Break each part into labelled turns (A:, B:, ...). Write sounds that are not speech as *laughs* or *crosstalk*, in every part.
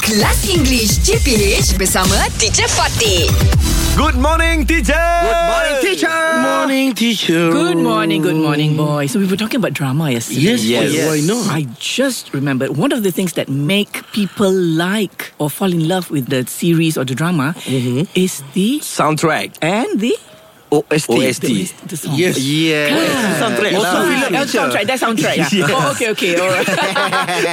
A: Kelas English CPH bersama Teacher Fatih.
B: Good morning, teacher. Good
C: morning, teacher.
D: Morning, teacher.
C: Good morning, good morning, boys. So we were talking about drama yesterday.
D: Yes, yes.
B: Yes.
D: Why not?
C: I just remembered one of the things that make people like or fall in love with the series or the drama
D: Mm-hmm.
C: is the
B: Soundtrack.
C: and the
B: OST.
C: the, the song.
D: Yes.
B: Yeah. Soundtrack.
C: Oh,
B: lah.
C: so we like- oh, soundtrack. That
B: *laughs*
C: soundtrack. Yeah. Oh, okay, okay. All right.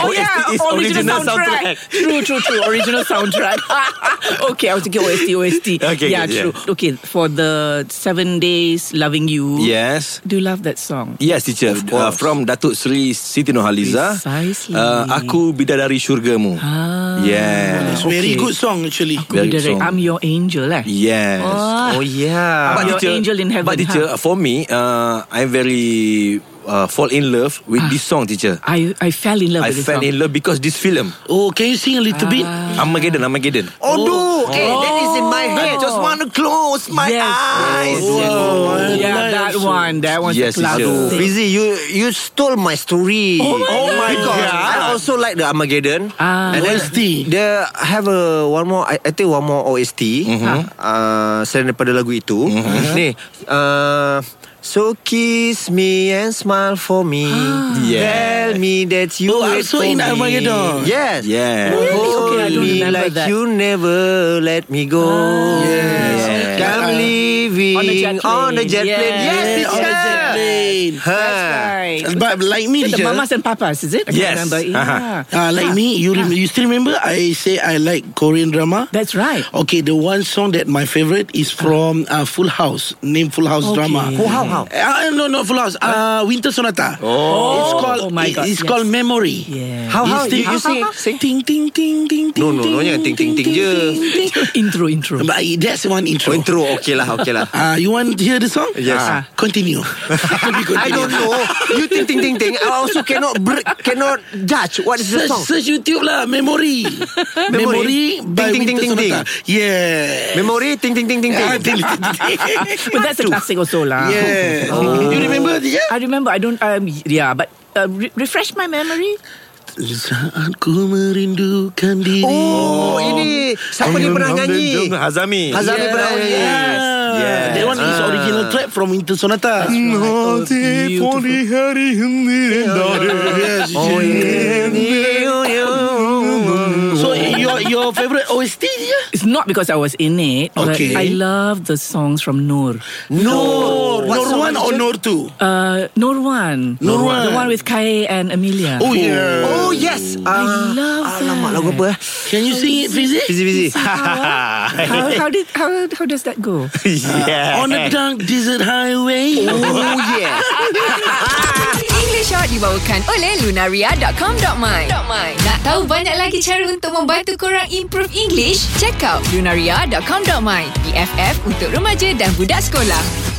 C: oh
B: OST is
C: yeah, original,
B: original
C: soundtrack.
B: soundtrack.
C: True, true, true. Original soundtrack. *laughs* okay, I was thinking OST, OST.
B: Okay,
C: yeah,
B: okay,
C: true. Okay, for the seven days loving you.
B: Yes.
C: Do you love that song?
B: Yes, teacher. Uh, from Datuk Seri Siti Nurhaliza.
C: Precisely.
B: Uh, aku bidadari syurgamu.
C: Ah.
B: Yes.
D: It's very
C: Okay.
D: good song actually.
C: Aku
B: Very
C: direct,
B: song.
C: I'm your angel eh? lah.
B: Yes.
C: Oh.
B: yeah.
C: Your angel in heaven,
B: But teacher,
C: huh?
B: for me, uh, I'm very uh, fall in love with this song, teacher.
C: Ah. I I fell in love
B: I
C: with this
B: fell
C: song.
B: in love because this film
D: Oh, can you sing a little bit?
C: Ah.
B: Armageddon, Armageddon. Oh, no.
C: okay, that is in my head.
B: I just want to close my
C: Yes.
B: eyes.
C: Yes, yes.
D: Wow, I
C: yeah,
D: like
C: that
D: also.
C: one. That one's
B: Yes,
C: a
B: it's
C: classic.
B: a-
E: Fizi, you you stole my story. Oh my, god! I also like the Armageddon.
C: Ah.
E: then
D: OST.
E: Dia have a one more. I, I think one more OST. Uh, selain daripada lagu itu, ni. Uh, So kiss me and smile for me.
C: Ah.
B: Yes.
E: Tell me that you
D: Oh,
E: wait
D: also
E: for
D: in
E: me.
D: Armageddon.
E: Yes.
B: Yes.
C: Really?
E: Hold
C: Okay, I don't
E: me
C: remember
E: like
C: that. Ah.
E: you never let me go.
B: Yes. Okay.
E: I'm
D: Uh,
E: leaving
C: on a jet
E: on a
C: plane.
E: jet plane.
C: Yes.
E: Yes,
D: Yeah,
E: teacher.
D: on the jet plane.
E: Ha.
C: That's right.
D: But like me,
C: The
D: teacher,
C: mamas and papas, is it? I can't
B: Yes.
C: remember. Yeah.
D: uh, like me,
C: Ah.
D: you rem- you still remember I say I like Korean drama?
C: That's right.
D: Okay, the one song that my favorite is from uh, Full House, name Full House
C: Ah. Okay.
D: drama.
C: Full
E: Oh, How how?
D: Uh, no, not Full House. Uh, Winter Sonata. Oh, it's called.
C: Oh my God,
D: It's
C: yes.
D: called Memory.
E: *laughs*
C: Yeah.
E: How how
D: Still-
E: you, you sing? sing.
D: Ting ting ting ting ting.
E: No, no, no, jangan ting, ting, ting je.
D: ting, ting.
C: intro, intro.
D: But it- that's one intro.
E: Oh, intro okay lah okay lah.
D: Ah, you want to hear the song?
E: Yes.
D: Ah, continue. Let me
E: I
D: continue.
E: don't know. You think ting ting ting. I also cannot bre- cannot judge what is the
D: Search,
E: song.
D: search YouTube lah Memory Memory by
E: Ting, ting,
D: Winter
E: ting, ting,
D: Sonata Yeah
E: Memory ting ting ting ting
D: *laughs* Ah,
E: ting.
D: ting, ting, ting, ting.
C: But that's a classic also lah.
D: Yeah You remember yeah?
C: I remember. I don't. Um, yeah, but uh, re- refresh my memory.
D: Saat ku merindukan diri
E: Oh, ini siapa ni pernah nyanyi?
B: Hazami. *laughs*
E: Hazami pernah
D: Oh,
E: nyanyi.
D: yes.
B: Yes.
D: That one is
E: Ah.
D: original track from Winter Sonata oh,
C: Oh, Beautiful.
D: Yes.
E: Oh,
D: *laughs* So your your favorite OST ya?
C: It's not because I was in it. but
D: Okay.
C: I love the songs from Noor.
D: No Nur one or Nur two
C: Uh, Noor one.
D: Noor One.
C: The one with Kai and Amelia.
D: Oh yeah
E: Oh yes.
C: I
E: Ah,
C: love
E: Alamak
C: that.
E: lagu apa? eh?
D: Can you sing it Fizi?
E: Busy busy.
C: how, how did how how does that go?
D: On *laughs* a dark desert highway
E: Oh yeah.
A: English Hot dibawakan oleh Lunaria.com.my Nak tahu banyak lagi cara untuk membantu korang improve English? Check out Lunaria.com.my BFF untuk remaja dan budak sekolah.